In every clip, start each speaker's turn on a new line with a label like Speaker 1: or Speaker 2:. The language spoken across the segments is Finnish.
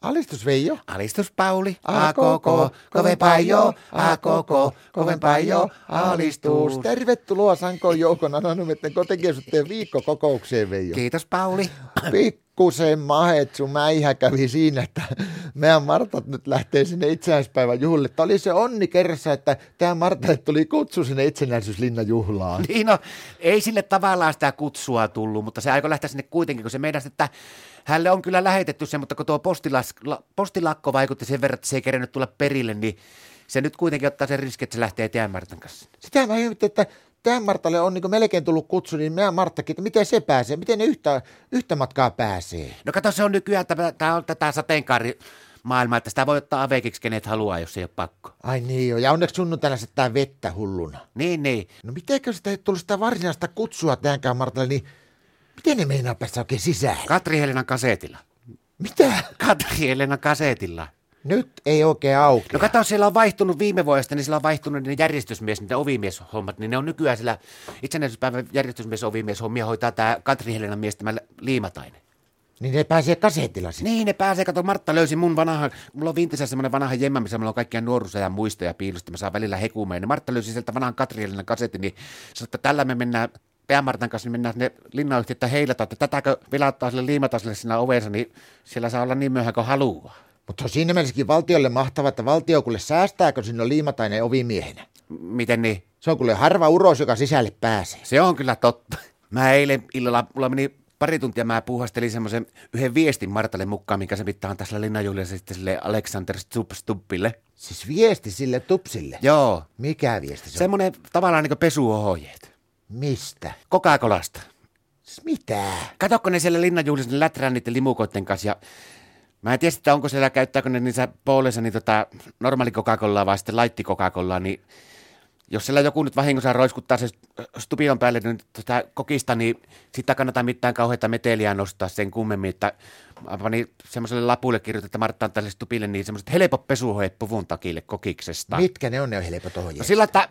Speaker 1: Alistus Veijo.
Speaker 2: Alistus Pauli,
Speaker 1: A koko, kovempaa jo, a koko, kovempaa jo, alistus. Tervetuloa Sankoon joukon anonyymitten kotikiusattujen viikkokokoukseen Veijo.
Speaker 2: Kiitos Pauli.
Speaker 1: Pikkusen mahetsu mäihä kävi siinä, että meidän Martat nyt lähtee sinne itsenäispäivän juhlille. Tämä oli se onni kerrassa, että tämä Martalle tuli kutsu sinne itsenäisyyslinnan juhlaan.
Speaker 2: Niin no, ei sille tavallaan sitä kutsua tullut, mutta se aikoi lähteä sinne kuitenkin, kun se meinasi, että hänelle on kyllä lähetetty se, mutta kun tuo postilas, la- postilakko vaikutti sen verran, että se ei kerennyt tulla perille, niin se nyt kuitenkin ottaa sen riskin, että se lähtee eteenpäin Martan kanssa.
Speaker 1: Sitä mä ihmettelin, että tähän Martalle on niin melkein tullut kutsu, niin meidän Marttakin, että miten se pääsee, miten ne yhtä, yhtä matkaa pääsee.
Speaker 2: No kato, se on nykyään, tämä, tämä on tätä sateenkaarimaailmaa, että sitä voi ottaa aveikiksi kenet haluaa, jos ei ole pakko.
Speaker 1: Ai niin joo, ja onneksi sunnuntaina settaa vettä hulluna.
Speaker 2: Niin, niin.
Speaker 1: No mitenkö sitä ei tullut sitä varsinaista kutsua tähänkään Martalle, niin miten ne meinaa päästä oikein sisään?
Speaker 2: Katri Helenan kasetilla.
Speaker 1: Mitä?
Speaker 2: Katri Helenan kasetilla.
Speaker 1: Nyt ei oikein auki.
Speaker 2: No kato, siellä on vaihtunut viime vuodesta, niin siellä on vaihtunut ne järjestysmies, niitä ovimieshommat, niin ne on nykyään siellä itsenäisyyspäivän järjestysmies, ovimieshommia hoitaa tämä Katri Helenan mies, tämä Liimatainen.
Speaker 1: Niin ne pääsee kasetilla sinne.
Speaker 2: Niin, ne pääsee. Kato, Martta löysi mun vanahan, mulla on vintissä semmoinen vanahan jemma, missä mulla on kaikkia nuoruusajan muistoja piilosta, mä saan välillä hekumeen. Ja Martta löysi sieltä vanahan Katrielinen kasetin, niin sanoi, että tällä me mennään Päämartan kanssa, niin mennään sinne linnayhtiötä heilataan, että tätäkö vilauttaa sille liimataiselle siinä ovensa, niin siellä saa olla niin myöhään kuin haluaa.
Speaker 1: Mutta se on siinä mielessäkin valtiolle mahtavaa, että valtio kuule säästää, kun sinne on liimatainen ovimiehenä.
Speaker 2: Miten niin?
Speaker 1: Se on kuule harva uros, joka sisälle pääsee.
Speaker 2: Se on kyllä totta. Mä eilen illalla, mulla meni pari tuntia mä puuhastelin semmoisen yhden viestin Martalle mukaan, minkä se pitää antaa sillä linnanjuhlilla sitten sille Alexander Stubb Stubbille.
Speaker 1: Siis viesti sille tupsille.
Speaker 2: Joo.
Speaker 1: Mikä viesti se on?
Speaker 2: Semmoinen tavallaan niin kuin pesuohjeet.
Speaker 1: Mistä?
Speaker 2: Coca-Colasta.
Speaker 1: Siis mitä?
Speaker 2: Katokko ne siellä linnanjuhlissa ne läträä niiden limukoiden kanssa ja Mä en tiedä, että onko siellä, käyttääkö ne niissä pooleissa niin tota, normaali coca vai sitten laitti coca niin jos siellä joku nyt vahingossa roiskuttaa se stupion päälle niin tota kokista, niin sitä kannattaa mitään kauheita meteliä nostaa sen kummemmin, että mä panin semmoiselle lapulle kirjoitin, että Martta on tälle stupille niin semmoiset helpot pesuhoeet puvun takille kokiksesta.
Speaker 1: Mitkä ne on ne helpot ohjeet?
Speaker 2: No sillä, että,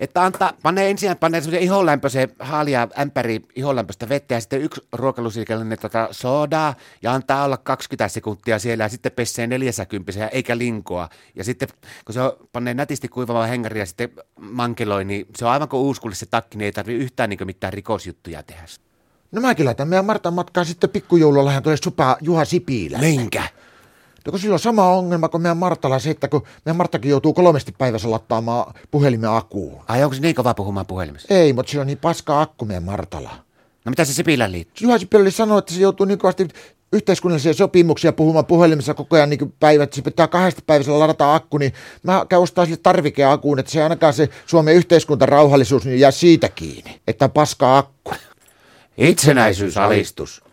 Speaker 2: että antaa, panee ensin panee semmoisen iholämpöisen haalia ämpäri iholämpöistä vettä ja sitten yksi ruokailusiikallinen tota sodaa ja antaa olla 20 sekuntia siellä ja sitten pessee 40 eikä linkoa. Ja sitten kun se on, panee nätisti kuivavaa hengäriä ja sitten mankeloi, niin se on aivan kuin uuskulle se takki, niin ei tarvitse yhtään niin mitään rikosjuttuja tehdä.
Speaker 1: No mä kyllä tämän meidän Martan matkaan sitten pikkujoulullahan tulee supa Juha Sipilä.
Speaker 2: Minkä?
Speaker 1: No kun sillä on sama ongelma kuin meidän Martalla se, että kun meidän Marttakin joutuu kolmesti päivässä lattaamaan puhelimen akuun.
Speaker 2: Ai onko se niin kova puhumaan puhelimessa?
Speaker 1: Ei, mutta sillä on niin paska akku meidän Martalla.
Speaker 2: No mitä se Sipilän liittyy?
Speaker 1: Juha Sipilä sanoi, että se joutuu niin kovasti yhteiskunnallisia sopimuksia puhumaan puhelimessa koko ajan niin päivät. Se pitää kahdesta päivässä ladata akku, niin mä käyn ostaa sille tarvikeakuun, että se ainakaan se Suomen yhteiskuntarauhallisuus niin jää siitä kiinni, että on paska akku.
Speaker 2: Itsenäisyysalistus.